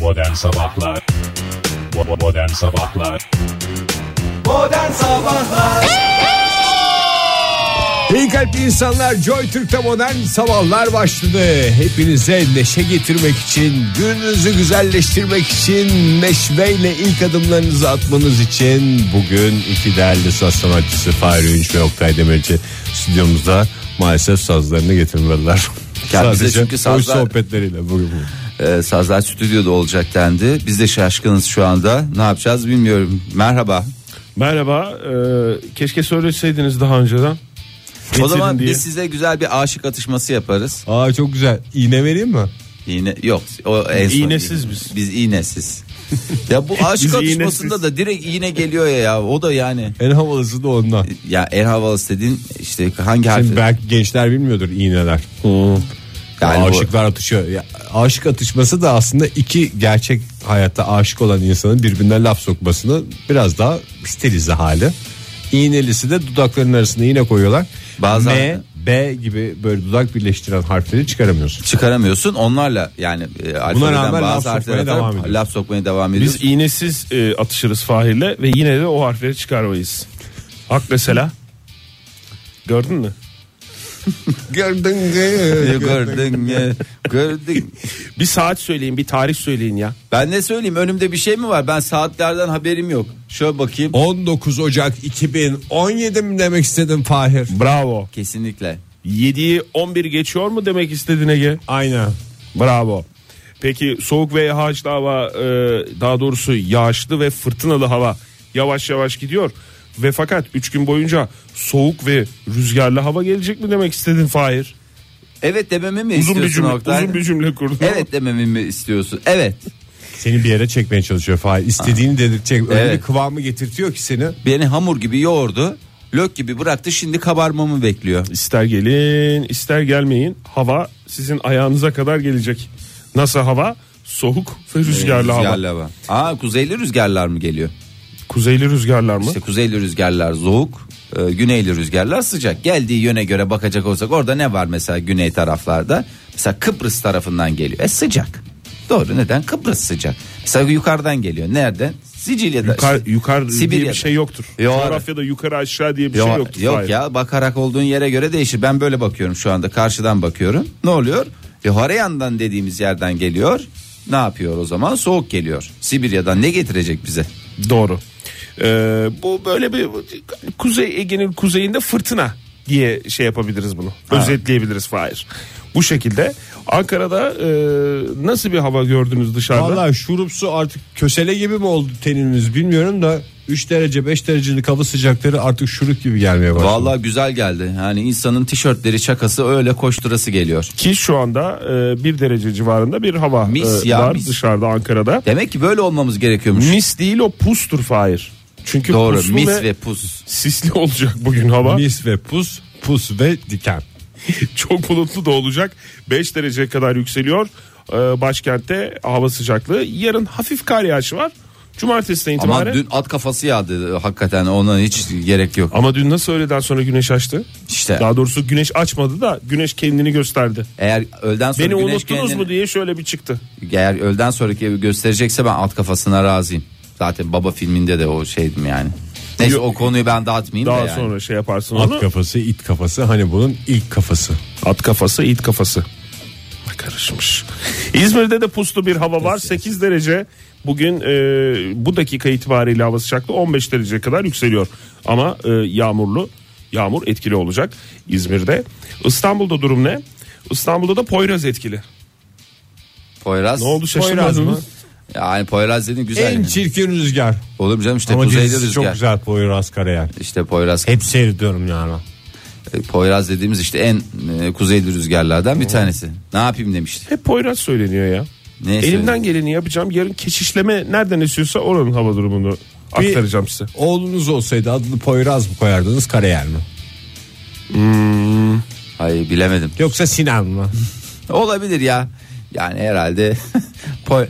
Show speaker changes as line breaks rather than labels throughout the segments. Modern Sabahlar Bo- Modern Sabahlar
Modern Sabahlar İyi kalpli insanlar Joy Türk'te modern sabahlar başladı. Hepinize neşe getirmek için, gününüzü güzelleştirmek için, neşveyle ilk adımlarınızı atmanız için bugün iki değerli saz sanatçısı Fahri Ünç ve Oktay Demirci stüdyomuzda maalesef sazlarını getirmediler.
Ya bize
Sadece
çünkü
hoş
sazlar-
sohbetleriyle bugün. bu.
Ee, Sazlar Stüdyo'da olacak dendi. Biz de şaşkınız şu anda. Ne yapacağız bilmiyorum. Merhaba.
Merhaba. e, keşke söyleseydiniz daha önceden.
o zaman
diye.
biz size güzel bir aşık atışması yaparız.
Aa çok güzel. İğne vereyim mi?
İğne yok. O en son
İğnesiz
iğne.
biz.
Biz iğnesiz. ya bu aşık
Biz
atışmasında
iğnesiz.
da direkt iğne geliyor ya, ya. O da yani.
En havalısı da ondan.
Ya en havalısı dediğin işte hangi harfi?
Şimdi belki gençler bilmiyordur iğneler.
Yani bu-
aşıklar atışıyor. Ya, aşık atışması da aslında iki gerçek hayatta aşık olan insanın birbirine laf sokmasını biraz daha stilize hali. İğnelisi de dudakların arasında iğne koyuyorlar.
Bazen-
M, B gibi böyle dudak birleştiren harfleri çıkaramıyorsun.
çıkaramıyorsun onlarla yani e, alfabeden
rağmen laf
bazı
sokmaya
harfler
devam
atarım,
ediyoruz.
laf sokmaya devam ediyoruz.
Biz iğnesiz e, atışırız Fahir'le ve yine de o harfleri çıkarmayız. Hak mesela. Gördün mü?
Gördün
gördün mü? gördün.
Bir saat söyleyin, bir tarih söyleyin ya.
Ben ne söyleyeyim önümde bir şey mi var? Ben saatlerden haberim yok. Şöyle bakayım.
19 Ocak 2017 mi demek istedim Fahir?
Bravo.
Kesinlikle.
7'yi 11 geçiyor mu demek istedin Ege?
Aynen.
Bravo. Peki soğuk ve yağışlı hava e, daha doğrusu yağışlı ve fırtınalı hava yavaş yavaş gidiyor. Ve fakat 3 gün boyunca soğuk ve rüzgarlı hava gelecek mi demek istedin Fahir?
Evet dememi mi
Uzun bir
istiyorsun
cümle,
Oktay?
uzun bir cümle kurdun. ama-
Evet dememi mi istiyorsun? Evet.
Seni bir yere çekmeye çalışıyor Fahir. İstediğini dedirtecek. Öyle
Evet.
bir kıvamı getirtiyor ki seni.
Beni hamur gibi yoğurdu. Lök gibi bıraktı şimdi kabarmamı bekliyor.
İster gelin ister gelmeyin hava sizin ayağınıza kadar gelecek. Nasıl hava? Soğuk ve
Hmm,
rüzgarlı, hava.
hava. Aa kuzeyli rüzgarlar mı geliyor?
Kuzeyli rüzgarlar mı?
İşte kuzeyli rüzgarlar soğuk, e, güneyli rüzgarlar sıcak. Geldiği yöne göre bakacak olsak orada ne var mesela güney taraflarda? Mesela Kıbrıs tarafından geliyor. E sıcak. Doğru neden? Kıbrıs sıcak. Mesela yukarıdan geliyor. Nereden? Sicilya'da.
Yukarı,
işte.
yukarı diye
Sibirya'da.
bir şey yoktur.
Yok.
Coğrafyada yukarı aşağı diye bir
Yok,
şey yoktur.
yok
Hayır.
ya bakarak olduğun yere göre değişir. Ben böyle bakıyorum şu anda karşıdan bakıyorum. Ne oluyor? Yukarı yandan dediğimiz yerden geliyor. Ne yapıyor o zaman? Soğuk geliyor. Sibirya'dan ne getirecek bize?
Doğru. Ee, bu böyle bir Kuzey Ege'nin kuzeyinde fırtına diye şey yapabiliriz bunu. Özetleyebiliriz Fahir. Bu şekilde Ankara'da e, nasıl bir hava gördünüz dışarıda?
Valla şurupsu artık kösele gibi mi oldu teniniz bilmiyorum da 3 derece 5 derecelik hava sıcakları artık şurup gibi gelmeye başladı.
Vallahi güzel geldi. Yani insanın tişörtleri çakası öyle koşturası geliyor.
Ki şu anda e, bir derece civarında bir hava
Mis
e,
ya,
var
mis.
dışarıda Ankara'da.
Demek ki böyle olmamız gerekiyormuş.
Mis değil o pustur Fahir. Çünkü
Doğru
puslu
mis
ve,
ve pus.
sisli olacak bugün hava.
Mis ve pus, pus ve diken.
Çok bulutlu da olacak. 5 derece kadar yükseliyor. E, başkentte hava sıcaklığı. Yarın hafif kar yağışı var. Cumartesiden
Ama
itibaren.
dün at kafası yağdı e, hakikaten ona hiç gerek yok.
Ama dün nasıl öğleden sonra güneş açtı?
İşte.
Daha doğrusu güneş açmadı da güneş kendini gösterdi.
Eğer öğleden sonra
Beni
güneş
unuttunuz
kendini,
mu diye şöyle bir çıktı.
eğer öğleden sonraki evi gösterecekse ben at kafasına razıyım. Zaten baba filminde de o şeydim yani. Neyse
Yok.
o konuyu ben dağıtmayayım
Daha
da yani.
sonra şey yaparsın onu.
At kafası, it kafası hani bunun ilk kafası.
At kafası, it kafası. Karışmış. İzmir'de de puslu bir hava var. 8 derece. Bugün e, bu dakika itibariyle hava sıcaklığı 15 derece kadar yükseliyor. Ama e, yağmurlu. Yağmur etkili olacak İzmir'de. İstanbul'da durum ne? İstanbul'da da Poyraz etkili.
Poyraz.
Ne oldu
Poyraz
şaşırmadınız
mı?
mı?
Yani Poyraz dedin güzel.
en
yani.
çirkin rüzgar.
Olur mu canım işte
Ama
kuzeyde
dizisi
rüzgar.
çok güzel Poyraz Karayel.
İşte Poyraz.
Hep seyrediyorum yani.
E, Poyraz dediğimiz işte en e, kuzeyli rüzgarlardan bir tanesi. Ne yapayım demişti.
Hep Poyraz söyleniyor ya.
Ne
Elimden
söyledi?
geleni yapacağım. Yarın keçişleme nereden esiyorsa oranın hava durumunu
Bir-
aktaracağım size.
Oğlunuz olsaydı adını Poyraz mı koyardınız Karayel mi?
Hayır bilemedim.
Yoksa Sinan mı?
Olabilir ya. Yani herhalde Poy-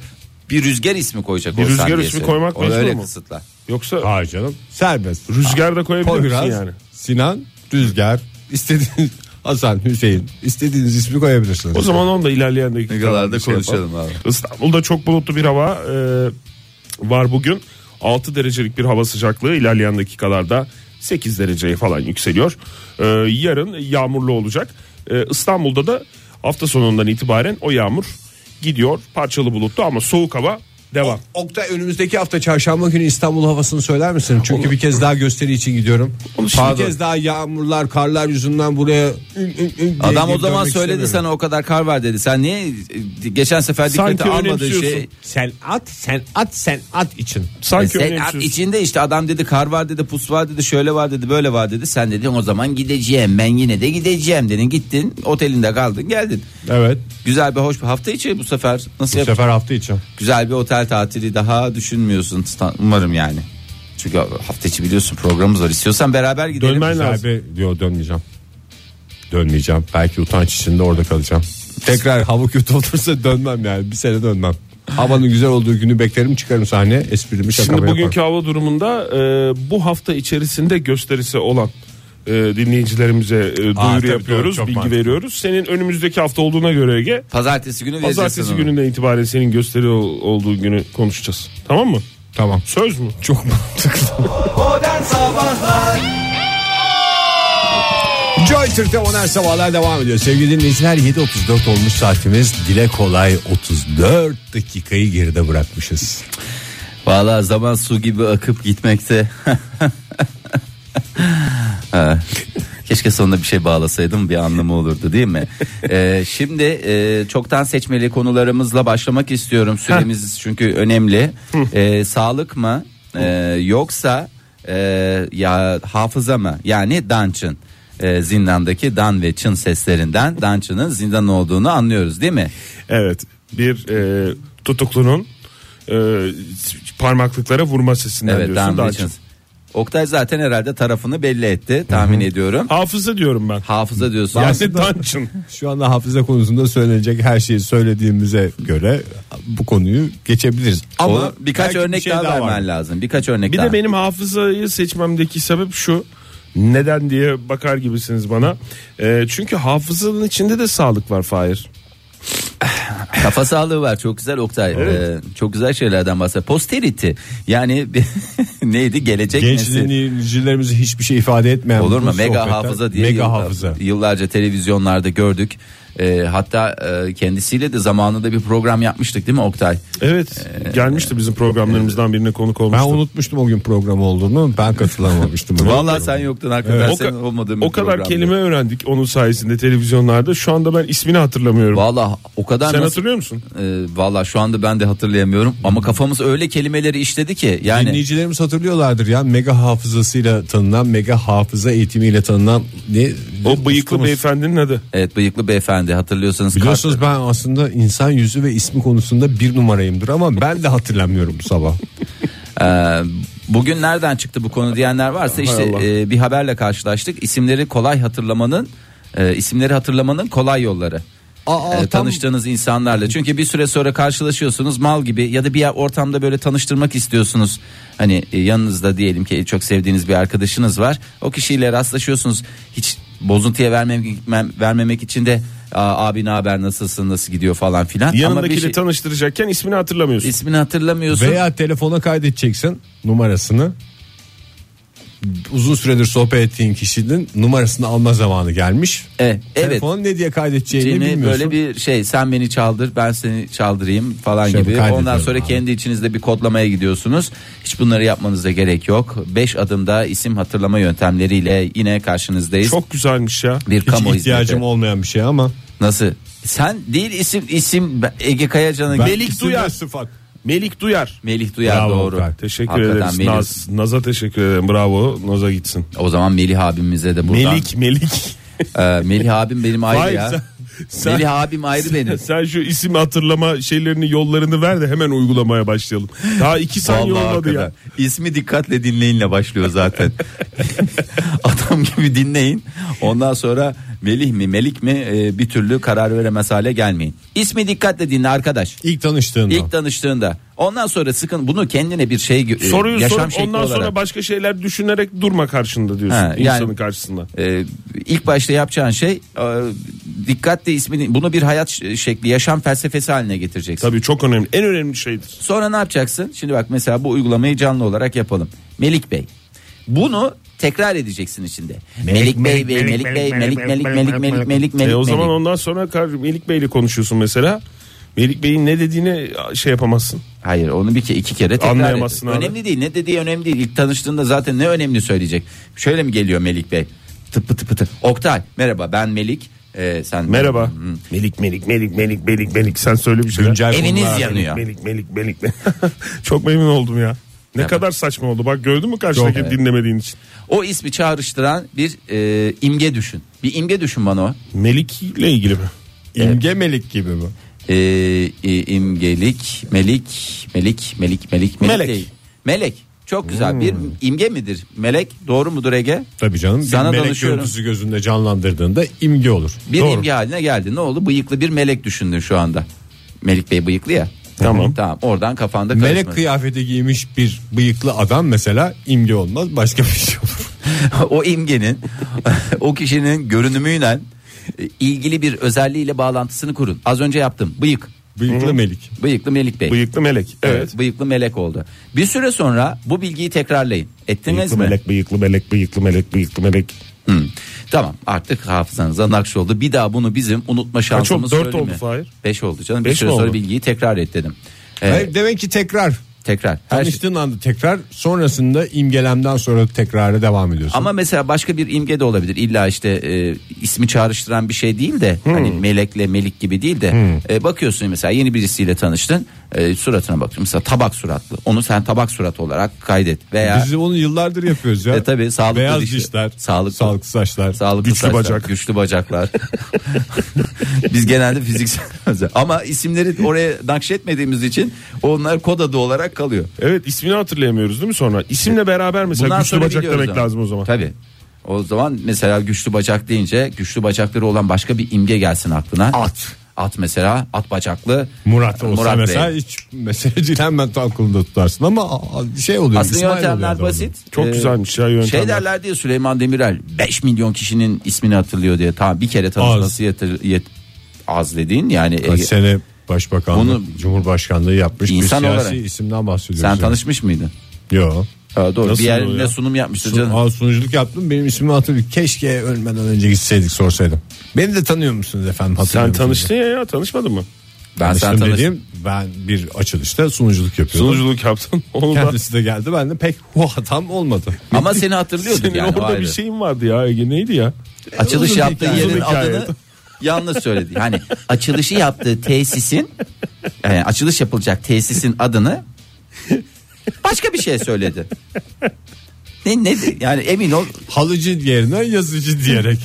bir rüzgar ismi koyacak
Bir
olsan
rüzgar
diye
ismi
söyleyeyim.
koymak
Onu
mecbur
öyle
mu?
kısıtla.
Yoksa
Hayır canım. Serbest.
rüzgar da koyabilir misin
Poyraz,
yani?
Sinan, Rüzgar. İstediğiniz Hasan, Hüseyin istediğiniz ismi koyabilirsiniz.
O zaman onu da ilerleyen
Dakikalarda
dakikalarda şey
konuşalım
yapalım.
abi.
İstanbul'da çok bulutlu bir hava e, var bugün. 6 derecelik bir hava sıcaklığı ilerleyen dakikalarda 8 dereceye falan yükseliyor. E, yarın yağmurlu olacak. E, İstanbul'da da hafta sonundan itibaren o yağmur gidiyor. Parçalı bulutlu ama soğuk hava devam.
E,
Oktay önümüzdeki hafta çarşamba günü İstanbul havasını söyler misin? Çünkü bir kez daha gösteri için gidiyorum.
Onu
bir
şimdi-
kez daha yağmurlar, karlar yüzünden buraya ün, ün, ün diye
Adam o
geri
zaman
dönmek
söyledi
istemiyorum.
sana o kadar kar var dedi. Sen niye e, geçen sefer dikkate
Sanki
almadığın şey E
önemsiyorsun.
Sen at, sen at, sen at için.
Sanki
sen
önemsiz.
at içinde işte adam dedi kar var dedi pus var dedi şöyle var dedi böyle var dedi. Sen dedin o zaman gideceğim ben yine de gideceğim dedin gittin otelinde kaldın geldin.
Evet.
Güzel bir hoş bir hafta içi bu sefer nasıl
Bu
yap?
sefer hafta için.
Güzel bir otel tatili daha düşünmüyorsun Stan- umarım yani. Çünkü hafta içi biliyorsun programımız var istiyorsan beraber gidelim.
Dönmen lazım.
Abi diyor dönmeyeceğim. Dönmeyeceğim. Belki utanç içinde orada kalacağım. Tekrar hava kötü olursa dönmem yani. Bir sene dönmem. Havanın güzel olduğu günü beklerim çıkarım sahne esprimi şakamı
Şimdi bugünkü
yaparım.
hava durumunda e, bu hafta içerisinde gösterisi olan e, dinleyicilerimize e, duyuru
tabii, doğru,
yapıyoruz,
çok
bilgi
mantıklı.
veriyoruz. Senin önümüzdeki hafta olduğuna göre Ege,
Pazartesi günü vereceğiz
pazartesi
sana.
gününden itibaren senin gösteri ol- olduğu günü konuşacağız. Tamam mı?
Tamam.
Söz mü?
Çok mantıklı. Joy Türk'te Modern Sabahlar devam ediyor. Sevgili dinleyiciler 7.34 olmuş saatimiz. Dile kolay 34 dakikayı geride bırakmışız.
Valla zaman su gibi akıp gitmekte. Ha. Keşke sonunda bir şey bağlasaydım bir anlamı olurdu değil mi? Ee, şimdi e, çoktan seçmeli konularımızla başlamak istiyorum. Süremiz çünkü önemli. Ee, sağlık mı Ee, yoksa e, ya hafıza mı? Yani Dungeon. Ee, zindandaki dan ve çın seslerinden Dungeon'ın zindan olduğunu anlıyoruz değil mi?
Evet. Bir e, tutuklunun e, parmaklıklara vurma sesinden
Evet
diyorsun.
dan
Daha
ve çın. Oktay zaten herhalde tarafını belli etti tahmin ediyorum.
Hafıza diyorum ben.
Hafıza diyorsun.
Yani
Aslında-
dungeon.
Şu anda hafıza konusunda söylenecek her şeyi söylediğimize göre bu konuyu geçebiliriz. Ama
Onu birkaç
belki
örnek
bir şey
daha,
var.
vermen lazım. Birkaç örnek
Bir
daha.
de benim hafızayı seçmemdeki sebep şu. Neden diye bakar gibisiniz bana. Ee, çünkü hafızanın içinde de sağlık var Fahir.
Kafa sağlığı var. Çok güzel Oktay. Ee, çok güzel şeylerden bahsediyor. Posterity. Yani neydi? Gelecek
Genç
nesil.
dinleyicilerimize hiçbir şey ifade etmeyen
Olur mu?
bu
Mega
sohbetler-
hafıza diye
Mega
yıllar-
hafıza.
yıllarca televizyonlarda gördük. Ee, hatta e, kendisiyle de zamanında bir program yapmıştık değil mi Oktay?
Evet gelmişti bizim programlarımızdan birine konuk
Ben
olmuştu.
unutmuştum o gün program olduğunu. Ben katılamamıştım.
Vallahi sen yoktun hakikaten
o,
senin
ka-
olmadığın bir
o kadar
programdı.
kelime öğrendik onun sayesinde televizyonlarda. Şu anda ben ismini hatırlamıyorum.
Vallahi o kadar
Sen
nasıl-
hatırlıyor musun?
Ee, vallahi şu anda ben de hatırlayamıyorum ama kafamız öyle kelimeleri işledi ki yani
Dinleyicilerimiz hatırlıyorlardır ya mega hafızasıyla tanınan mega hafıza eğitimiyle tanınan ne?
O bıyıklı
ustamız.
beyefendinin adı.
evet bıyıklı beyefendi hatırlıyorsanız
Biliyorsunuz ben aslında insan yüzü ve ismi konusunda bir numarayımdır ama ben de hatırlamıyorum bu sabah.
Ee, bugün nereden çıktı bu konu diyenler varsa işte
Allah.
e, bir haberle karşılaştık. İsimleri kolay hatırlamanın e, isimleri hatırlamanın kolay yolları.
Aa,
E,
tam-
tanıştığınız insanlarla. Çünkü bir süre sonra karşılaşıyorsunuz mal gibi ya da bir yer ortamda böyle tanıştırmak istiyorsunuz. Hani e, yanınızda diyelim ki çok sevdiğiniz bir arkadaşınız var. O kişiyle rastlaşıyorsunuz. Hiç bozuntuya vermemek, vermemek için de "Aa, abi ne haber nasılsın nasıl gidiyor falan filan. Ama bir
Yanındakiyle
şey,
tanıştıracakken ismini hatırlamıyorsun.
ismini hatırlamıyorsun.
Veya telefona kaydedeceksin numarasını. Uzun süredir sohbet ettiğin kişinin numarasını alma zamanı gelmiş.
E, evet.
Telefonu ne diye kaydedeceğini
Cem'i böyle
bilmiyorsun.
bir şey sen beni çaldır ben seni çaldırayım falan
Şöyle
gibi.
kaydediyorum
Ondan sonra
abi.
kendi içinizde bir kodlamaya gidiyorsunuz. Hiç bunları yapmanıza gerek yok. 5 adımda isim hatırlama yöntemleriyle yine karşınızdayız.
Çok güzelmiş ya.
bir
Hiç
kamu
ihtiyacım
hizmeti.
olmayan bir şey ama.
Nasıl? Sen değil isim isim Ege Kayacan'ın
Ben
Melih
isimler
Duyar.
sıfat.
Melih Duyar.
Melih Duyar
Bravo,
doğru.
Oktay.
Teşekkür
Hakikaten
ederiz.
Melih.
Naz, Naz'a teşekkür ederim. Bravo. Naz'a gitsin.
O zaman Melih abimize de buradan.
Melik Melik.
Ee, Melih abim benim ayrı
Hayır,
ya.
sen- sen-
Melih abim ayrı benim.
Sen şu isim hatırlama şeylerini yollarını ver de hemen uygulamaya başlayalım. Daha iki saniye
Vallahi
olmadı ya.
hakikaten. İsmi dikkatle dinleyinle başlıyor zaten. Adam gibi dinleyin. Ondan sonra Melih mi Melik mi e, bir türlü karar veremez hale gelmeyin. İsmi dikkatle dinle arkadaş.
İlk tanıştığında.
İlk tanıştığında. Ondan sonra sıkın bunu kendine bir şey e,
Soruyu
yaşam
sorup
şekli
ondan
olarak.
sonra başka şeyler düşünerek durma karşında diyorsun
Ha, yani-
insanın karşısında.
Ee, ilk başta yapacağın şey e, dikkatle ismini bunu bir hayat ş- şekli yaşam felsefesi haline getireceksin.
Tabii çok önemli. En önemli şeydir.
Sonra ne yapacaksın? Şimdi bak mesela bu uygulamayı canlı olarak yapalım. Melik Bey. Bunu tekrar edeceksin içinde. Melik, Bey, Bey, Melik, Bey, Melik, Melik, Melik, Melik, Melik, Melik.
E, o zaman
Melik.
ondan sonra kar- Melik Bey'le konuşuyorsun mesela. Melik Bey'in ne dediğini şey yapamazsın.
Hayır, onu bir ke iki kere tekrar
Anlayamazsın
edin.
abi.
Önemli değil. Ne dediği önemli değil. İlk tanıştığında zaten ne önemli söyleyecek. Şöyle mi geliyor Melik Bey? Tıpı tıpı tı. Oktay, merhaba. Ben Melik. Ee, sen
Merhaba.
Hı.
Melik Melik Melik Melik Melik Melik sen söyle bir şeyler.
Güncel
Eviniz
konular.
yanıyor.
Melik Melik Melik. Çok memnun oldum ya. Ne kadar saçma oldu. Bak gördün mü karşıdaki
Çok, evet.
dinlemediğin için.
O ismi çağrıştıran bir e, imge düşün. Bir imge düşün bana o.
Melik ile ilgili mi?
İmge melik gibi mi?
E, e, imgelik, melik, melik, melik, melik, melik.
Melek. Hmm.
değil. Melek. Çok güzel bir imge midir? Melek doğru mudur Ege?
Tabii canım.
Sana
bir melek
danışıyorum.
görüntüsü gözünde canlandırdığında imge olur.
Bir
Doğru.
imge haline geldi. Ne oldu? Bıyıklı bir melek düşündün şu anda. Melik Bey bıyıklı ya.
Tamam.
Tamam oradan kafanda karışmadı.
Melek kıyafeti giymiş bir bıyıklı adam mesela imge olmaz başka bir şey olur.
o imgenin o kişinin görünümüyle e, ilgili bir özelliğiyle bağlantısını kurun. Az önce yaptım. Bıyık.
Bıyıklı melik.
Bıyıklı Melik Bey.
Bıyıklı Melek. Evet.
Bıyıklı melek oldu. Bir süre sonra bu bilgiyi tekrarlayın. Ettiniz
Bıyıklı
mi?
Melek Bıyıklı Melek Bıyıklı Melek Bıyıklı Melek.
Hı. Hmm. Tamam artık hafızanıza nakş oldu. Bir daha bunu bizim unutma şansımız
oldu? Dört
şöyle
oldu
mi?
Fahir.
Beş oldu canım. bir
Beş
süre
mi
sonra
oldu?
bilgiyi tekrar et dedim. Ee,
Hayır, demek ki tekrar.
Tekrar. Her
Hani
şey.
Tanıştığın anda tekrar sonrasında imgelemden sonra tekrara devam ediyorsun.
Ama mesela başka bir imge de olabilir. İlla işte e, ismi çağrıştıran bir şey değil de
Hmm.
hani melekle melik gibi değil de e, bakıyorsun mesela yeni birisiyle tanıştın. e, suratına bakıyorsun. Mesela tabak suratlı. Onu sen tabak surat olarak kaydet veya
Biz onu yıllardır yapıyoruz ya.
E tabii, sağlıklı
Beyaz
dişler.
dişler,
Sağlıklı.
sağlıklı saçlar.
Sağlıklı
Güçlü
saçlar,
bacak.
Güçlü bacaklar. Biz genelde fiziksel özel- ama isimleri oraya nakşetmediğimiz için onlar kod adı olarak kalıyor.
Evet ismini hatırlayamıyoruz değil mi sonra? İsimle beraber mesela
Bundan
güçlü
sonra
bacak
biliyoruz
demek
ama.
lazım o zaman.
Tabii. O zaman mesela güçlü bacak deyince güçlü bacakları olan başka bir imge gelsin aklına.
At.
At mesela at bacaklı.
Murat olsa
Murat Bey.
mesela hiç meseleci hemen tam kolunda tutarsın ama a- şey oluyor.
Aslında
İsmail
yöntemler
oluyor
basit.
Çok
Ee,
güzelmiş ya yöntemler.
Şey derler diye Süleyman Demirel 5 milyon kişinin ismini hatırlıyor diye. Tamam bir kere tanışması yeter, yet, az dediğin yani. e,
adamın. Kaç
Ege-
sene başbakanlık,
Bunu-
cumhurbaşkanlığı yapmış
İnsan
bir siyasi
olarak-
isimden bahsediyoruz.
sen
yani.
tanışmış mıydın?
Yo.
Ha, doğru.
Nasıl
bir
oluyor
yerinde
ya?
sunum yapmıştı
Sun,
canım.
Aa, sunuculuk yaptım benim ismimi hatırlıyorum. Keşke ölmeden önce gitseydik sorsaydım. Beni de tanıyor musunuz efendim? Hatırlıyor
Sen
musunuz?
tanıştın ya ya tanışmadın mı?
ben sen
Tanıştım
tanış-
dediğim ben bir açılışta sunuculuk yapıyordum.
Sunuculuk yaptın. Onu da
Kendisi de geldi ben de pek hatam olmadı.
Ama seni hatırlıyorduk
senin
yani. o
orada
ayrı.
bir şeyin vardı ya Ege neydi ya?
Açılış
Uzun
yaptığı
hikaye.
yerin
Uzun hikaye.
adını yalnız söyledi. Hani açılışı yaptığı tesisin yani açılış yapılacak tesisin adını başka bir şey söyledi. Ne ne yani emin ol
Halıcı yerine yazıcı diyerek.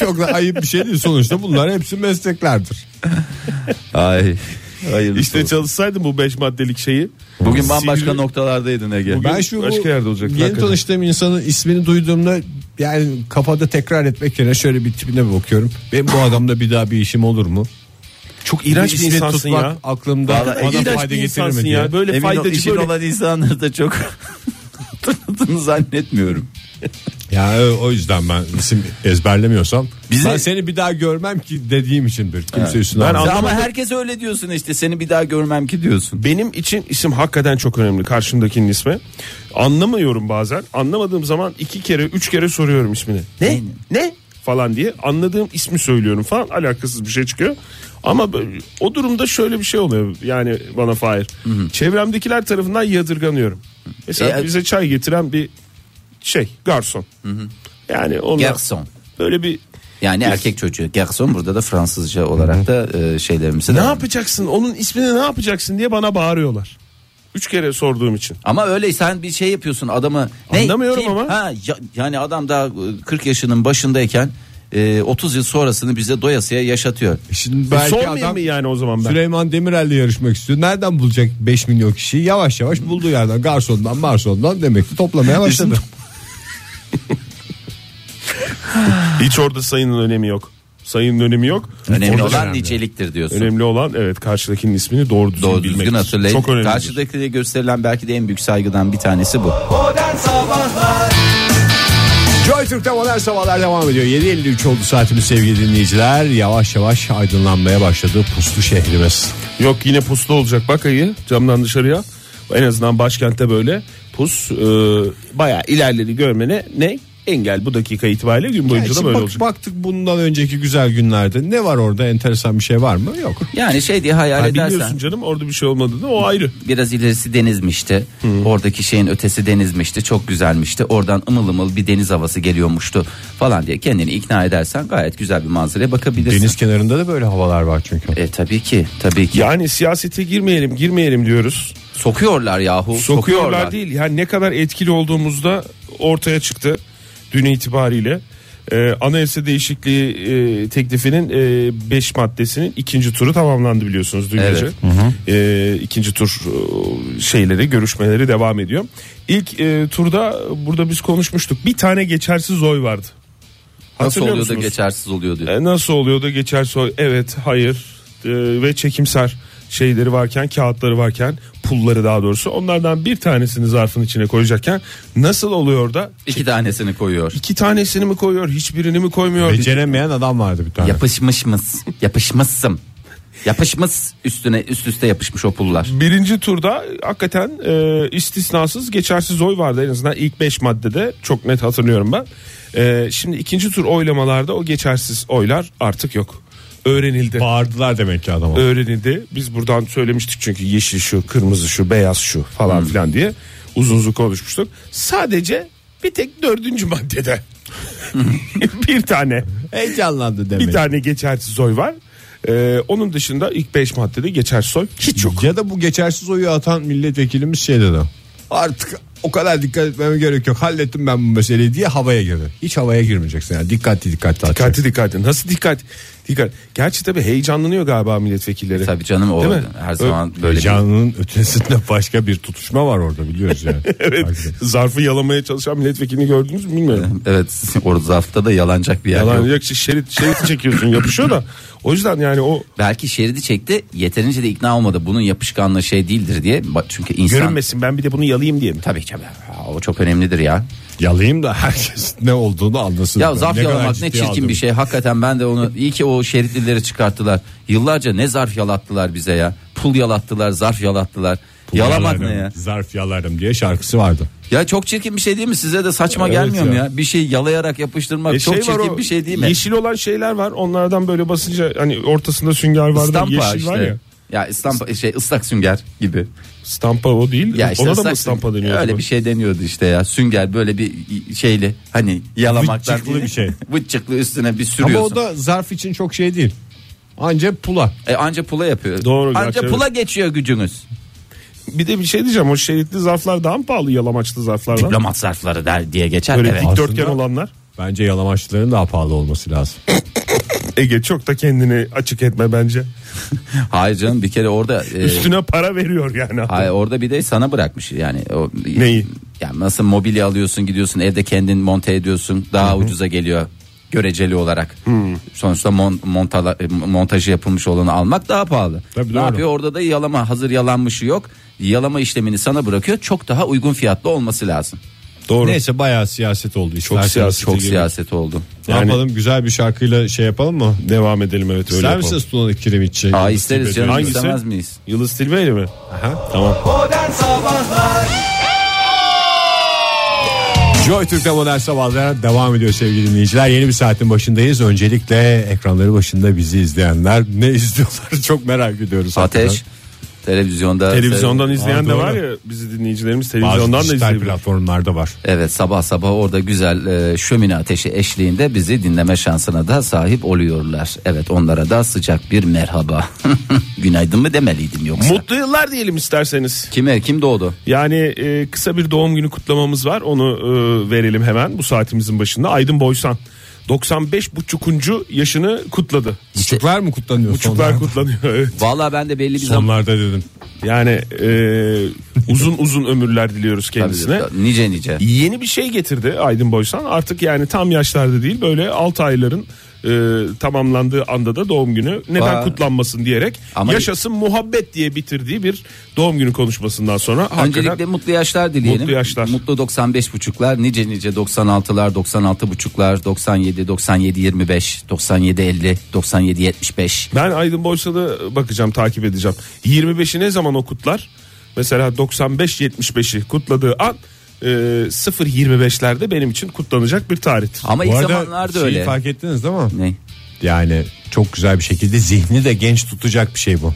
Çok da ayıp bir şey değil sonuçta bunlar hepsi mesleklerdir.
Ay. Hayırlısı
İşte
olsun.
çalışsaydın bu 5 maddelik şeyi.
Bugün bambaşka
Sivri-
noktalardaydın Ege.
Bugün-
Ben şu bu
başka yerde olacak,
Yeni
hakikaten.
tanıştığım insanın ismini duyduğumda yani kafada tekrar etmek yerine şöyle bir tipine bir bakıyorum. Ben bu adamla bir daha bir işim olur mu?
Çok iğrenç bir
İsmini
insansın
tutmak
ya.
Aklımda
Vallahi
bana
İğrenç
fayda
E, bir insansın
getirmedi.
ya.
Ya.
Böyle
Emin ol
faydacı
işin
böyle.
olan insanları da çok tanıdığını zannetmiyorum.
ya ö- o yüzden ben isim ezberlemiyorsam
Bizi-
ben seni bir daha görmem ki dediğim içindir. Kimse üstüne
Ben
almaz.
Anlamadım.
Ama herkes öyle diyorsun işte seni bir daha görmem ki diyorsun.
Benim için isim hakikaten çok önemli karşımdakinin ismi. Anlamıyorum bazen. Anlamadığım zaman iki kere üç kere soruyorum ismini.
Ne?
Ne? Falan diye anladığım ismi söylüyorum falan alakasız bir şey çıkıyor. Ama böyle- o durumda şöyle bir şey oluyor yani bana Fahir. Çevremdekiler tarafından yadırganıyorum. Mesela
E,
bize çay getiren bir şey garson. Yani onlar
Garson.
böyle bir
Yani erkek çocuğu. Garson burada da Fransızca olarak da e, şeylerimizi
ne
devam-
yapacaksın onun ismini ne yapacaksın diye bana bağırıyorlar. Üç kere sorduğum için.
Ama öyle sen bir şey yapıyorsun adamı.
Anlamıyorum ama.
Ha, ya- yani adam daha e, 40 yaşının başındayken e, 30 yıl sonrasını bize doyasıya yaşatıyor.
Şimdi
Belki
belki
E, Sormayayım
adam
mı yani o zaman ben?
Süleyman Demirel'le yarışmak istiyor. Nereden bulacak 5 milyon kişiyi? Yavaş yavaş bulduğu yerden garsondan marsondan demek ki toplamaya başladı.
Hiç orada sayının önemi yok. Sayının önemi yok.
Önemli
Orada
olan niceliktir diyorsun.
Önemli olan evet karşıdakinin ismini doğru düzgün
Doğru
şey bilmek.
düzgün hatırlayın.
Çok önemli. şey.
Karşıdakiye gösterilen belki de en büyük saygıdan bir tanesi bu.
Joy Türk'te modern sabahlar devam ediyor. 7.53 oldu saatimiz sevgili dinleyiciler. Yavaş yavaş aydınlanmaya başladı puslu şehrimiz.
Yok yine puslu olacak bak ayı camdan dışarıya. En azından başkentte böyle pus e, bayağı ilerledi görmene ne engel bu dakika itibariyle gün boyunca da
Gerçi
böyle
bak-
olacak.
Baktık bundan önceki güzel günlerde ne var orada enteresan bir şey var mı? Yok.
Yani şey diye hayal
Ha,
edersen
biliyorsun canım orada bir şey olmadığını o ayrı.
biraz ilerisi denizmişti. Oradaki şeyin ötesi denizmişti. Çok güzelmişti. Oradan ımıl ımıl bir deniz havası geliyormuştu falan diye kendini ikna edersen gayet güzel bir manzaraya bakabilirsin.
Deniz kenarında da böyle havalar var çünkü.
E tabii ki tabii ki.
Yani siyasete girmeyelim girmeyelim diyoruz.
sokuyorlar yahu.
Sokuyorlar, değil. Yani ne kadar etkili olduğumuzda ortaya çıktı dün itibariyle. Ee, anayasa değişikliği e, teklifinin 5 maddesinin ikinci turu tamamlandı biliyorsunuz dün
Evet.
gece. Ee, ikinci tur e, şeyleri görüşmeleri devam ediyor. İlk e, turda burada biz konuşmuştuk. Bir tane geçersiz oy vardı.
Nasıl
Hatırlıyor
oluyor da
musunuz?
geçersiz oluyor diyor.
E, nasıl oluyor da geçer soy? Evet, hayır e, ve çekimser şeyleri varken, kağıtları varken, pulları daha doğrusu onlardan bir tanesini zarfın içine koyacakken nasıl oluyor da
İki tanesini koyuyor.
iki tanesini mi koyuyor, hiçbirini mi koymuyor?
Beceremeyen adam vardı bir tane.
Yapışmış mıs? Yapışmışsın. Yapışmış üstüne üst üste yapışmış o pullar.
Birinci turda hakikaten e, istisnasız geçersiz oy vardı en azından ilk 5 maddede çok net hatırlıyorum ben. E, şimdi ikinci tur oylamalarda o geçersiz oylar artık yok. Öğrenildi.
Bağırdılar demek ki adama.
öğrenildi. Biz buradan söylemiştik çünkü yeşil şu, kırmızı şu, beyaz şu falan
Hmm.
filan diye uzun uzun konuşmuştuk. Sadece bir tek dördüncü maddede bir tane
Heyecanlandı demek.
bir tane geçersiz oy var. Ee, onun dışında ilk beş maddede geçersiz oy hiç yok.
Ya da bu geçersiz oyu atan milletvekilimiz şey dedi. Artık o kadar dikkat etmeme gerek yok. Hallettim ben bu meseleyi diye havaya girdi. Hiç havaya girmeyeceksin yani. Dikkatli dikkatli atacaksın.
Dikkatli dikkatli. Nasıl dikkat? Dikkat. Gerçi tabii heyecanlanıyor galiba milletvekilleri.
Tabii canım o
Değil mi?
her zaman böyle bir
Heyecanın ötesinde başka bir tutuşma var orada biliyoruz yani. evet.
Zarfı yalamaya çalışan milletvekilini gördünüz mü bilmiyorum.
Evet orada zarfta da yalanacak bir yer
Yalan
yok.
yok. Şerit, şerit çekiyorsun yapışıyor da. O yüzden yani o
Belki şeridi çekti yeterince de ikna olmadı. Bunun yapışkanlığı şey değildir diye. Ba- Çünkü insan...
görünmesin ben bir de bunu yalayayım diye mi?
Tabii ki. Ha, O çok önemlidir ya.
Yalayayım da herkes ne olduğunu anlasın.
Ya
Ben
zarf
ne kadar
yalamak ne
ciddiye
çirkin
aldım.
bir şey. Hakikaten ben de onu iyi ki o şeritlileri çıkarttılar. Yıllarca ne zarf yalattılar bize ya. Pul yalattılar, zarf yalattılar. Yalamak ne
Yalarım,
ya?
Zarf yalarım diye şarkısı vardı.
Ya çok çirkin bir şey değil mi? Size de saçma
Evet
gelmiyor mu
ya.
ya? Bir şey yalayarak yapıştırmak
E
çok
şey var
çirkin
o,
bir şey değil mi?
Yeşil olan şeyler var. Onlardan böyle basınca hani ortasında sünger var da
Istampa
yeşil
işte.
var ya.
Ya istampa şey ıslak sünger gibi.
Stampa o değil.
Ya işte
Ona da mı
ıslak
stampa
sünger-
deniyor?
Öyle
acaba?
bir şey deniyordu işte ya. Sünger böyle bir şeyli hani yalamaktan.
Vıtçıklı bir şey.
Vıtçıklı üstüne bir
Ama
sürüyorsun.
o da zarf için çok şey değil. Anca pula.
E, anca pula yapıyor.
Doğru, gerçi
Anca
evet.
pula geçiyor gücünüz.
Bir de bir şey diyeceğim. O şeritli zarflar daha mı pahalı yalamaçlı zarflardan?
Diplomat zarfları der diye geçer.
Böyle
evet.
dikdörtgen
Aslında-
olanlar.
Bence yalamaçlıların daha pahalı olması lazım.
Ege çok da kendini açık etme bence.
Hayır canım bir kere orada e,
Üstüne para veriyor yani.
hayır, orada bir de sana bırakmış yani. O,
Neyi?
Yani nasıl mobilya alıyorsun gidiyorsun evde kendin monte ediyorsun daha ucuza geliyor göreceli olarak. Sonuçta mon, montala, e, montajı yapılmış olanı almak daha pahalı.
Tabii,
ne
doğru.
yapıyor orada da yalama hazır yalanmışı yok. Yalama işlemini sana bırakıyor çok daha uygun fiyatlı olması lazım.
Doğru.
Neyse bayağı siyaset oldu. Çok
siyaset.
Çok
gibi.
siyaset oldu.
Ne
Yani-
yapalım güzel bir şarkıyla şey yapalım mı?
Devam edelim evet öyle
İster
yapalım.
misiniz Tuna Kiremitçi?
Aa, isteriz canım
Hangisi?
istemez miyiz?
Yıldız Tilbe'yle mi?
Aha.
Tamam.
Joy Türk'te modern sabahlar devam ediyor sevgili dinleyiciler. Yeni bir saatin başındayız. Öncelikle ekranları başında bizi izleyenler ne izliyorlar çok merak ediyoruz.
Ateş
hakikaten.
televizyonda
Televizyondan izleyen
Aa,
de
doğru.
var ya bizi dinleyicilerimiz
Bazı
televizyondan da
dijital
izleyebilir.
platformlarda var.
Evet sabah sabah orada güzel e, şömine ateşi eşliğinde bizi dinleme şansına da sahip oluyorlar. Evet onlara da sıcak bir merhaba. Günaydın mı demeliydim yoksa.
Mutlu yıllar diyelim isterseniz.
Kime kim doğdu?
Yani e, kısa bir doğum günü kutlamamız var. Onu e, verelim hemen bu saatimizin başında. Aydın Boysan 95 buçukuncu yaşını kutladı.
Buçuklar mı kutlanıyor?
Buçuklar
sonlarda?
kutlanıyor. evet.
Vallahi ben de belli bir zaman
Sonlarda dedim.
Yani e, Uzun uzun ömürler diliyoruz kendisine.
Nice nice.
Yeni bir şey getirdi Aydın Boysan. Artık yani tam yaşlarda değil böyle 6 ayların e, tamamlandığı anda da doğum günü neden
Aa.
kutlanmasın diyerek
Ama-
yaşasın muhabbet diye bitirdiği bir doğum günü konuşmasından sonra hakikaten
Öncelikle mutlu yaşlar dileyelim.
Mutlu yaşlar.
Mutlu 95 buçuklar, nice nice 96'lar, 96 buçuklar, 97, 97 25, 97 50, 97 75.
Ben Aydın Boysal'ı bakacağım takip edeceğim. 25'i ne zaman o kutlar? Mesela 95-75'i kutladığı an e, 0-25'lerde benim için kutlanacak bir tarihtir.
Ama ilk
Bu
zamanlar da
şeyi
öyle.
fark ettiniz değil mi?
Ne?
Yani çok güzel bir şekilde zihni de genç tutacak bir şey bu.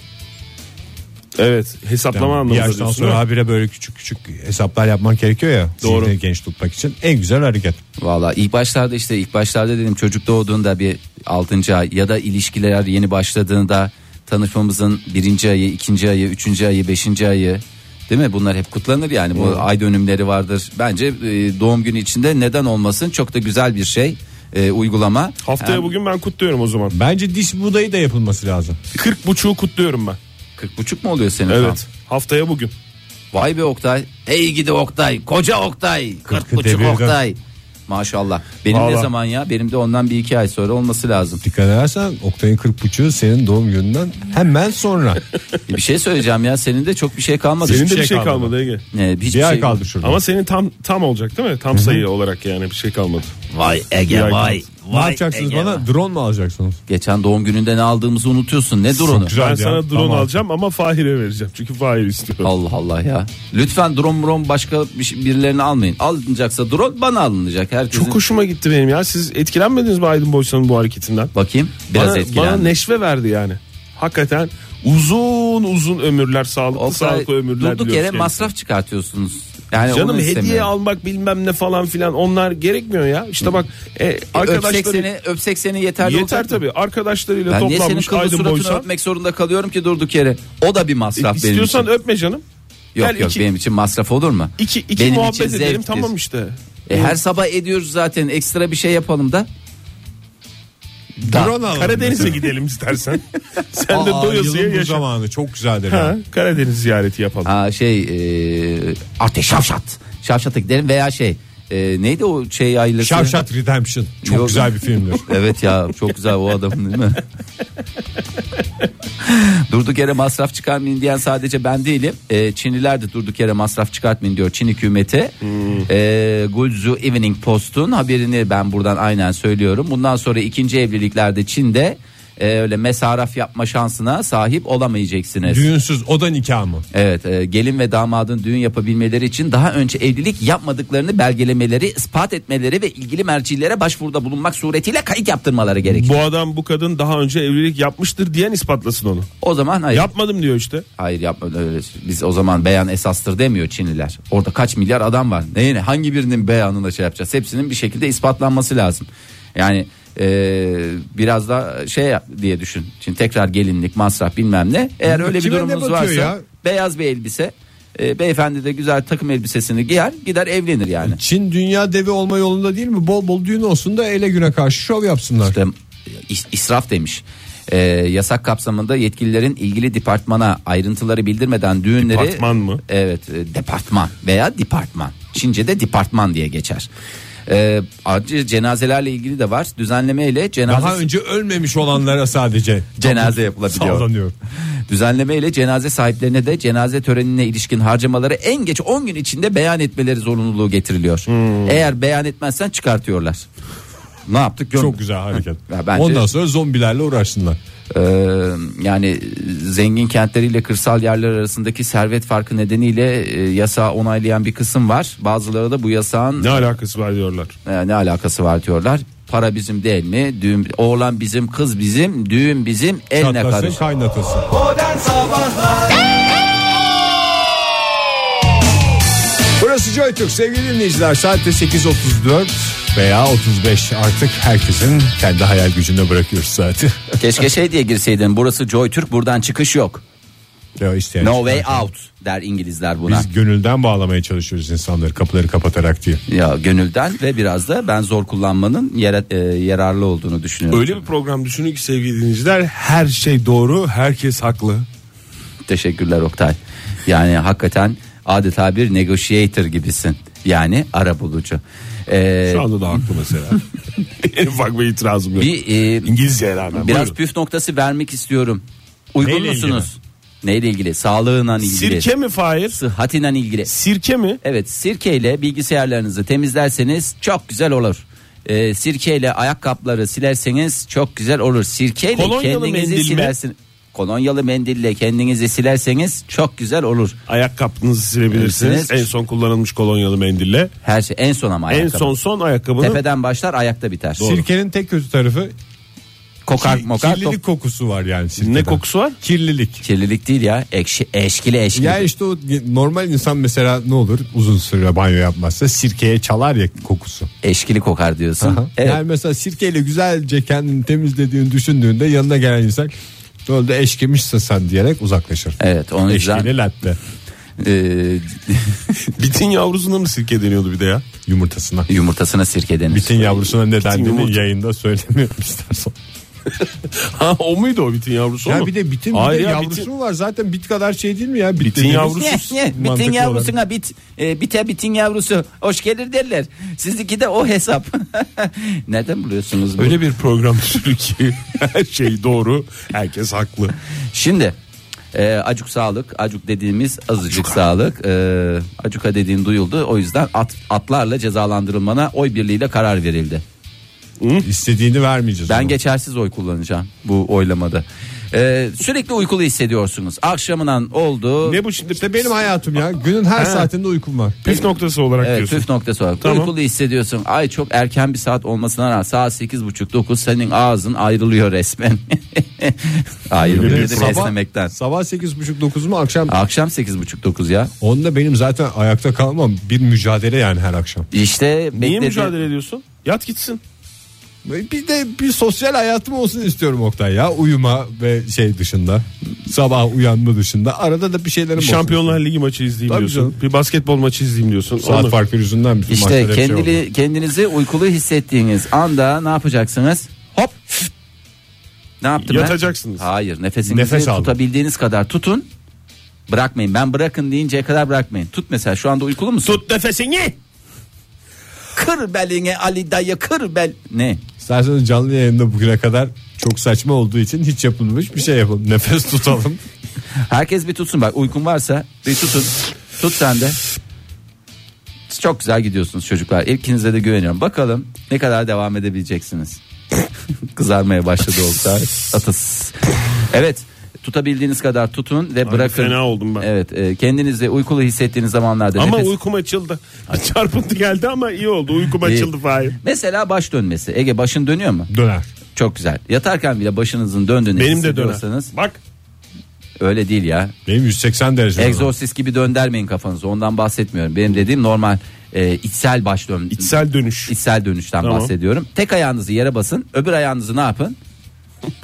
Evet hesaplama
Yani bir
anlamında
yaştan
diyorsun.
sonra
değil mi?
habire böyle küçük küçük hesaplar yapmak gerekiyor ya.
Doğru.
Zihni genç tutmak için en güzel hareket.
Valla ilk başlarda işte ilk başlarda dedim çocuk doğduğunda bir 6. ay ya da ilişkiler yeni başladığında tanışmamızın birinci ayı, ikinci ayı, üçüncü ayı, beşinci ayı değil mi? Bunlar hep kutlanır yani bu ay dönümleri vardır. Bence e, doğum günü içinde neden olmasın çok da güzel bir şey e, uygulama.
Haftaya bugün ben kutluyorum o zaman.
Bence diş budayı da yapılması lazım.
40 buçuğu kutluyorum ben.
40 buçuk mu oluyor senin?
Evet
tam?
haftaya bugün.
Vay be Oktay. Hey gidi Oktay. Koca Oktay. 40
Kırkı
buçuk
devirden.
Oktay. Maşallah. Benim ne
Vallahi.
zaman ya? Benim de ondan bir iki ay sonra olması lazım.
Dikkat edersen Oktay'ın 40 buçuğu senin doğum gününden hemen sonra.
E, bir şey söyleyeceğim ya. Senin de çok bir şey kalmadı.
Senin de
şey
bir şey kalmadı,
kalmadı.
Ege.
E, hiçbir
bir ay
şey-
kaldı şurada.
Ama senin tam tam olacak değil mi? Tam sayı olarak yani bir şey kalmadı.
Vay Ege
Bir ay
vay.
ne
vay
yapacaksınız
Ege, vay.
bana? Drone mu alacaksınız?
Geçen doğum gününde ne aldığımızı unutuyorsun. Ne drone'u?
güzel.
ben
ya,
sana drone
tamam.
alacağım ama Fahir'e vereceğim. Çünkü Fahir istiyor.
Allah Allah ya. Lütfen drone drone başka bir şey- birilerini almayın. Alınacaksa drone bana alınacak. Herkesin.
Çok hoşuma gitti benim ya. Siz etkilenmediniz mi Aydın Boysan'ın bu hareketinden?
Bakayım. Biraz
bana,
etkilendim.
Bana neşve verdi yani. Hakikaten uzun uzun ömürler sağlıklı
Oktay,
sağlıklı ömürler
durduk
diliyoruz
yere
kendisine.
masraf çıkartıyorsunuz. Yani
Canım
onu
hediye
istemiyorum.
almak bilmem ne falan filan onlar gerekmiyor ya. İşte bak e,
Öpsek
arkadaşları
seni, öpsek seni yeterli
yeter
olacak mı?
tabii. Arkadaşlarıyla
Ben niye senin
toplanmış
kıllı
Aydın
suratını
Boysan.
öpmek zorunda kalıyorum ki durduk yere. O da bir masraf benim için.
İstiyorsan öpme canım.
Yok
E, Gel
yok
iki,
benim için masraf olur mu?
iki, iki
Benim için
muhabbet edelim
zevktir.
tamam işte.
E, her sabah ediyoruz zaten ekstra bir şey yapalım da. Da-
Drone alalım.
Karadeniz'e
mesela.
gidelim istersen. Sen de
Aa,
doyasıya
yılın bu
yaşa.
zamanı çok güzeldir.
Ha,
ya.
Karadeniz ziyareti yapalım.
Ha, şey e, ateş şavşat. Şavşata gidelim veya şey e, neydi o şey ailesi?
Şavşat Redemption. Çok
Yok.
güzel bir filmdir.
Evet ya çok güzel o adamın değil mi? durduk yere masraf çıkarmayın diyen sadece ben değilim. Ee, Çinliler de durduk yere masraf çıkartmayın diyor Çin hükümeti. Ee, Guizhou Evening Post'un haberini ben buradan aynen söylüyorum. Bundan sonra ikinci evliliklerde Çin'de e, öyle mesaraf yapma şansına sahip olamayacaksınız.
Düğünsüz oda nikahı mı?
Evet e, gelin ve damadın düğün yapabilmeleri için daha önce evlilik yapmadıklarını belgelemeleri, ispat etmeleri ve ilgili mercilere başvuruda bulunmak suretiyle kayıt yaptırmaları gerekir.
Bu adam bu kadın daha önce evlilik yapmıştır diyen ispatlasın onu.
O zaman hayır.
Yapmadım diyor işte.
Hayır yapma öyle. Biz o zaman beyan esastır demiyor Çinliler. Orada kaç milyar adam var. Ne ne hangi birinin beyanına şey yapacağız? Hepsinin bir şekilde ispatlanması lazım. Yani e, biraz da şey yap diye düşün. Şimdi tekrar gelinlik, masraf bilmem ne. Eğer öyle bir
Kime ne
durumunuz
batıyor
varsa
ya?
beyaz bir elbise e, beyefendi de güzel takım elbisesini giyer gider evlenir yani.
Çin dünya devi olma yolunda değil mi? Bol bol düğün olsun da ele güne karşı şov yapsınlar.
İşte is- israf demiş. E, yasak kapsamında yetkililerin ilgili departmana ayrıntıları bildirmeden düğünleri
Departman mı?
Evet, e, departman veya departman. Çince'de departman diye geçer. E, ayrıca cenazelerle ilgili de var. Düzenlemeyle cenaze
Daha önce ölmemiş olanlara sadece
cenaze yapılabiliyor.
sağlanıyor.
Düzenleme ile cenaze sahiplerine de cenaze törenine ilişkin harcamaları en geç 10 gün içinde beyan etmeleri zorunluluğu getiriliyor.
Hmm.
Eğer beyan etmezsen çıkartıyorlar. Ne yaptık? Gömdük.
Çok güzel hareket.
Ya bence-
Ondan sonra zombilerle uğraşsınlar.
Ee, yani zengin kentleriyle kırsal yerler arasındaki servet farkı nedeniyle e, yasağı onaylayan bir kısım var. Bazıları da bu yasağın
Ne alakası var diyorlar.
e, ne alakası var diyorlar. Para bizim değil mi? Düğün oğlan bizim, kız bizim, düğün bizim, el ne
Çatlasın
karış.
kaynatasın. Burası JoyTürk sevgili dinleyiciler saatte 8.34 veya 35 artık herkesin kendi hayal gücüne bırakıyoruz saati.
Keşke şey diye girseydin. Burası Joy Türk, buradan çıkış yok.
ya isteyen
No
çıkar.
way out der İngilizler buna.
Biz gönülden bağlamaya çalışıyoruz insanları kapıları kapatarak diye.
Ya gönülden ve biraz da ben zor kullanmanın yara- e, yararlı olduğunu düşünüyorum.
Öyle bir program düşünün ki sevgili dinleyiciler her şey doğru herkes haklı.
Teşekkürler Oktay. Yani hakikaten adeta bir negotiator gibisin. Yani arabulucu. Ee,
Şu anda da haklı mesela. en ufak bir itirazım yok.
bir e,
İngilizceye rağmen.
biraz
Buyurun.
püf noktası vermek istiyorum. Uygun
Neyle
musunuz? Neyle ilgili? Sağlığınla ilgili.
Sirke mi Fahir?
Sıhhatinle ilgili.
Sirke mi?
Evet sirkeyle bilgisayarlarınızı temizlerseniz çok güzel olur. Ee, sirkeyle ayakkabıları silerseniz çok güzel olur. Sirkeyle
Kolonyalı
kendinizi
mendil mi?
silersin. Kolonyalı mendille kendinizi silerseniz çok güzel olur.
Ayakkabınızı silebilirsiniz.
Bilirsiniz.
En son kullanılmış kolonyalı mendille.
Her şey en son ama
En
ayakkabı.
son son ayakkabının
Tepeden başlar ayakta biter.
Sirkenin tek kötü tarafı
Kokar
ki-
mokar.
kirlilik
top-
kokusu var yani sirkeden.
ne kokusu var?
Kirlilik.
Kirlilik değil ya. Ekşi, eşkili eşkili.
Ya işte o normal insan mesela ne olur uzun süre banyo yapmazsa sirkeye çalar ya kokusu.
Eşkili kokar diyorsun. Evet.
Yani mesela sirkeyle güzelce kendini temizlediğini düşündüğünde yanına gelen insan ne oldu eşkemişsin sen diyerek uzaklaşır.
Evet, onun yüzden-
Eşkili latte
Ee,
Bitin yavrusuna mı sirke deniyordu bir de ya?
yumurtasına.
yumurtasına sirke denir.
Bitin yavrusuna ne dendiğini
yumurta.
yayında söylemiyorum istersen.
Ha o muydu o bitin yavrusu
Ya
mu?
bir de bitin bir
Hayır
de
ya,
yavrusu
bitin-
mu var zaten bit kadar şey değil mi ya? Bit
Bitin
dediğimiz-
yavrusu.
Nye, nye, bitin
Mantıklı
yavrusuna bit e, bite bitin yavrusu hoş gelir derler. Sizdeki de o hesap. Nereden buluyorsunuz bunu?
Öyle bir program sürü ki her şey doğru, herkes haklı.
Şimdi e, acuk sağlık, acuk dediğimiz azıcık sağlık. E, acuka dediğin duyuldu. O yüzden at, atlarla cezalandırılmana oy birliğiyle karar verildi.
İstediğini vermeyeceğiz.
Ben
ona.
geçersiz oy kullanacağım bu oylamada. E, sürekli uykulu hissediyorsunuz. Akşamından oldu.
Ne bu şimdi?
İşte benim hayatım ya. Günün her saatinde uykum var.
püf noktası olarak
Evet
diyorsun.
püf noktası olarak
Tamam.
uykulu hissediyorsun. Ay çok erken bir saat olmasına rağmen saat sekiz buçuk dokuz senin ağzın ayrılıyor resmen. ayrılıyor
Böyle
dedim esnemekten.
Sabah 8.30-9 mu akşam?
Akşam sekiz buçuk dokuz ya.
Onda benim zaten ayakta kalmam bir mücadele yani her akşam.
İşte
Niye
bekledi-
mücadele ediyorsun? Yat gitsin.
Bir de bir sosyal hayatım olsun istiyorum Oktay ya. Uyuma ve şey dışında. Sabah uyanma dışında. Arada da bir şeylerim
Bir
olsun.
Şampiyonlar Ligi maçı izleyeyim
Tabii
diyorsun.
canım.
Bir basketbol maçı izleyeyim diyorsun.
Saat
Onu-
farkı yüzünden bütün
İşte
maçlar hep şey
kendini,
oldu.
kendinizi uykulu hissettiğiniz anda ne yapacaksınız? Hop. Ne yaptım ben?
Yatacaksınız.
Hayır nefesinizi
Nefes aldım.
tutabildiğiniz kadar tutun. Bırakmayın. Ben bırakın deyinceye kadar bırakmayın. Tut mesela şu anda uykulu musun?
Tut nefesini.
Kır belini Ali dayı kır bel. Ne?
İsterseniz canlı yayında bugüne kadar çok saçma olduğu için hiç yapılmamış bir şey yapalım. Nefes tutalım.
Herkes bir tutsun bak uykun varsa bir tutun. Tut sen de. Siz Çok güzel gidiyorsunuz çocuklar. İlkinize de güveniyorum. Bakalım ne kadar devam edebileceksiniz. Kızarmaya başladı Oktay. Atız. Evet tutabildiğiniz kadar tutun ve bırakın.
fena oldum ben.
Evet e, kendinizi uykulu hissettiğiniz zamanlarda
Ama
nefes-
uykum açıldı. Çarpıntı geldi ama iyi oldu. Uykum açıldı Fahir.
Mesela baş dönmesi. Ege başın dönüyor mu?
Döner.
Çok güzel. Yatarken bile başınızın döndüğünü
Benim de döner.
hissediyorsanız
Bak
öyle değil ya.
Benim 180 derece. döner.
Egzorsist gibi döndermeyin kafanızı. Ondan bahsetmiyorum. Benim dediğim normal e, içsel baş dön
içsel dönüş.
içsel dönüşten
Tamam.
bahsediyorum. Tek ayağınızı yere basın. Öbür ayağınızı ne yapın?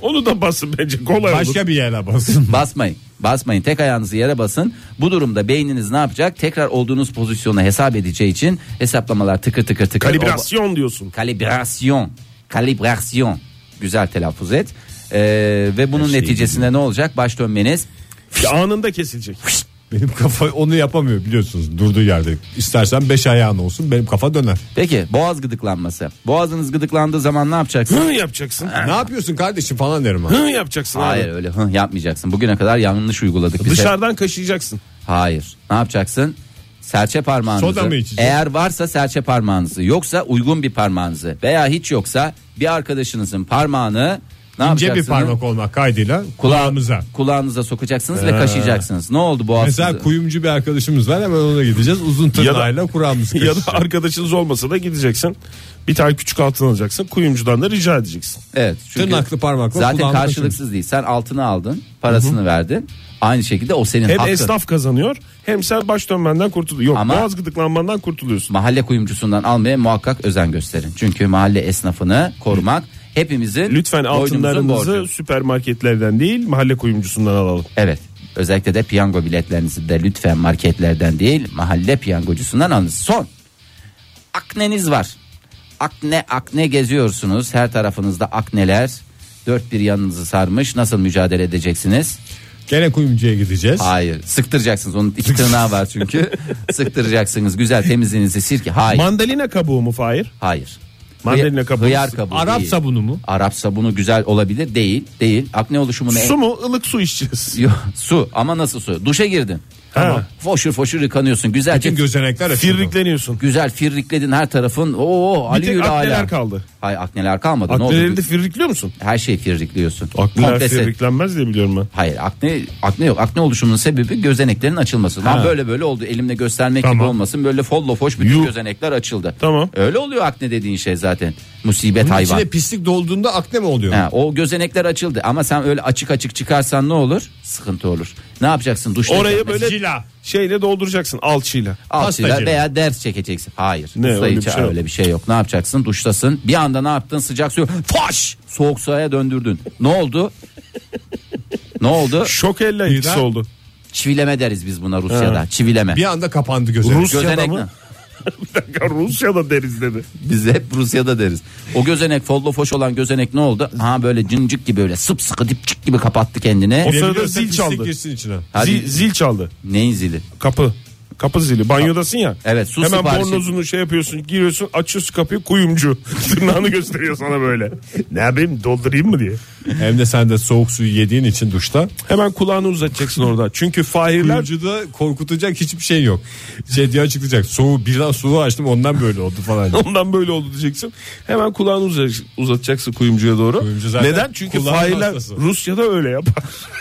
Onu da basın bence kolay olur.
Başka bir yere basın.
Basmayın. Basmayın. Tek ayağınızı yere basın. Bu durumda beyniniz ne yapacak? Tekrar olduğunuz pozisyonu hesap edeceği için hesaplamalar tıkır tıkır tıkır.
Kalibrasyon diyorsun.
O- kalibrasyon. Kalibrasyon. Güzel telaffuz et. E, ve bunun neticesinde ne olacak? Baş dönmeniz
Anında kesilecek.
benim kafa onu yapamıyor biliyorsunuz durduğu yerde. İstersen 5 ayağın olsun benim kafa döner.
Peki boğaz gıdıklanması. Boğazınız gıdıklandığı zaman ne yapacaksınız?
Hı yapacaksın.
Ne yapıyorsun kardeşim falan derim.
Hı yapacaksın
Hayır
abi.
öyle hı yapmayacaksın. Bugüne kadar yanlış uyguladık biz. hep.
Dışarıdan kaşıyacaksın.
Hayır. Ne yapacaksın? Serçe parmağınızı.
Soda mı içeceğiz?
Eğer varsa serçe parmağınızı, yoksa uygun bir parmağınızı veya hiç yoksa bir arkadaşınızın parmağını ne
İnce bir
yapacaksınız?
parmak olmak kaydıyla kulağımıza.
kulağımıza kulağınıza sokacaksınız ve kaşıyacaksınız. Ne oldu boğazınızı?
Mesela kuyumcu bir arkadaşımız var hemen ona gideceğiz. Uzun tırnağıyla kulağımızı
Ya
kaşıyacağız.
da arkadaşınız olmasa da gideceksin. Bir tane küçük altın alacaksın. Kuyumcudan da rica edeceksin.
Evet. çünkü
Tırnaklı parmakla
Zaten
kulağını
karşılıksız değil. Sen altını aldın, parasını verdin. Aynı şekilde o senin
Hem
hakkın.
esnaf kazanıyor hem sen baş dönmenden kurtuluyorsun. Yok
Ama-
boğaz gıdıklanmandan kurtuluyorsun.
Mahalle kuyumcusundan almaya muhakkak özen gösterin. Çünkü mahalle esnafını korumak hepimizin
Lütfen
boynumuzun
altınlarınızı
borcu.
süpermarketlerden değil mahalle kuyumcusundan alalım.
Evet. Özellikle de piyango biletlerinizi de lütfen marketlerden değil mahalle piyangocusundan alın. Son. Akneniz var. Akne akne geziyorsunuz. Her tarafınızda akneler. Dört bir yanınızı sarmış. Nasıl mücadele edeceksiniz?
Gene kuyumcuya gideceğiz.
Hayır. Sıktıracaksınız. Onun iki tırnağı var çünkü. Sıktıracaksınız. Güzel temizliğinizi sirke. Hayır.
Mandalina kabuğu mu Fahir?
hayır.
Mandalina
Hıyar-
kabuğu.
Hıyar kabuğu
Arap
değil.
sabunu mu?
Arap sabunu güzel olabilir. Değil. Değil. Akne oluşumunu
Su mu? Ilık su içeceğiz.
Yo, su ama nasıl su? Duşa girdin. Tamam. Foşur foşur yıkanıyorsun. Güzelce
Bütün gözenekler açıldı.
Firrikleniyorsun.
güzel firrikledin her tarafın. Oo Ali
tek
Gül
akneler
hala.
kaldı.
Hayır akneler kalmadı. ne
Akneleri
oldu?
de firrikliyor musun?
Her şeyi firrikliyorsun.
Akneler
Komplese-
firriklenmez diye biliyorum ben.
Hayır akne akne yok. Akne oluşumunun sebebi gözeneklerin açılması. Lan böyle böyle oldu. Elimle göstermek gibi
Tamam.
olmasın. Böyle follo foş bütün
Yuh.
gözenekler açıldı.
Tamam.
Öyle oluyor akne dediğin şey zaten. Musibet
Bunun
hayvan.
içine pislik dolduğunda akne mi oluyor?
Ha, o gözenekler açıldı ama sen öyle açık açık çıkarsan ne olur? Sıkıntı olur. Ne yapacaksın? Duşta
Orayı
yıkanmak
böyle şeyle dolduracaksın alçıyla.
Altıyla
Pastacı.
veya ders çekeceksin. Hayır.
Ne,
Usta
öyle
içi
bir şey yok.
öyle bir şey yok. Ne yapacaksın? Duştasın. Bir anda ne yaptın? Sıcak suyu. Faş! Soğuk suya döndürdün. Ne oldu? ne oldu?
Şok elle etkisi
Birden-
oldu.
Çivileme deriz biz buna Rusya'da. Çivileme.
Bir anda kapandı gözenek.
Rus- Rusya'da
Gözenek
mı?
ne?
Bir dakika Rusya'da deriz dedi.
Biz hep Rusya'da deriz. O gözenek follo foş olan gözenek ne oldu? Ha böyle cincik gibi böyle sıpsıkı dipçik gibi kapattı kendini.
O
Girebiliyorsa
sırada zil
pislik
çaldı.
girsin içine.
Hadi.
Zil, zil çaldı.
Neyin zili?
Kapı. Kapı zili. Banyodasın ya.
Evet, su
Hemen
siparişi-
bornozunu şey yapıyorsun. Giriyorsun açıyorsun kapıyı kuyumcu. Tırnağını gösteriyor sana böyle. Ne yapayım doldurayım mı diye.
Hem de sen de soğuk suyu yediğin için duşta.
Hemen kulağını uzatacaksın orada. Çünkü fahirler
Kuyumcuda korkutacak hiçbir şey yok. Şey diye açıklayacak. Soğuğu birden soğuğu açtım ondan böyle oldu falan.
ondan böyle oldu diyeceksin. Hemen kulağını uza- uzatacaksın kuyumcuya doğru.
Kuyumcu zaten
Neden? Çünkü
kulağının
fahirler
hastası.
Rusya'da öyle yapar.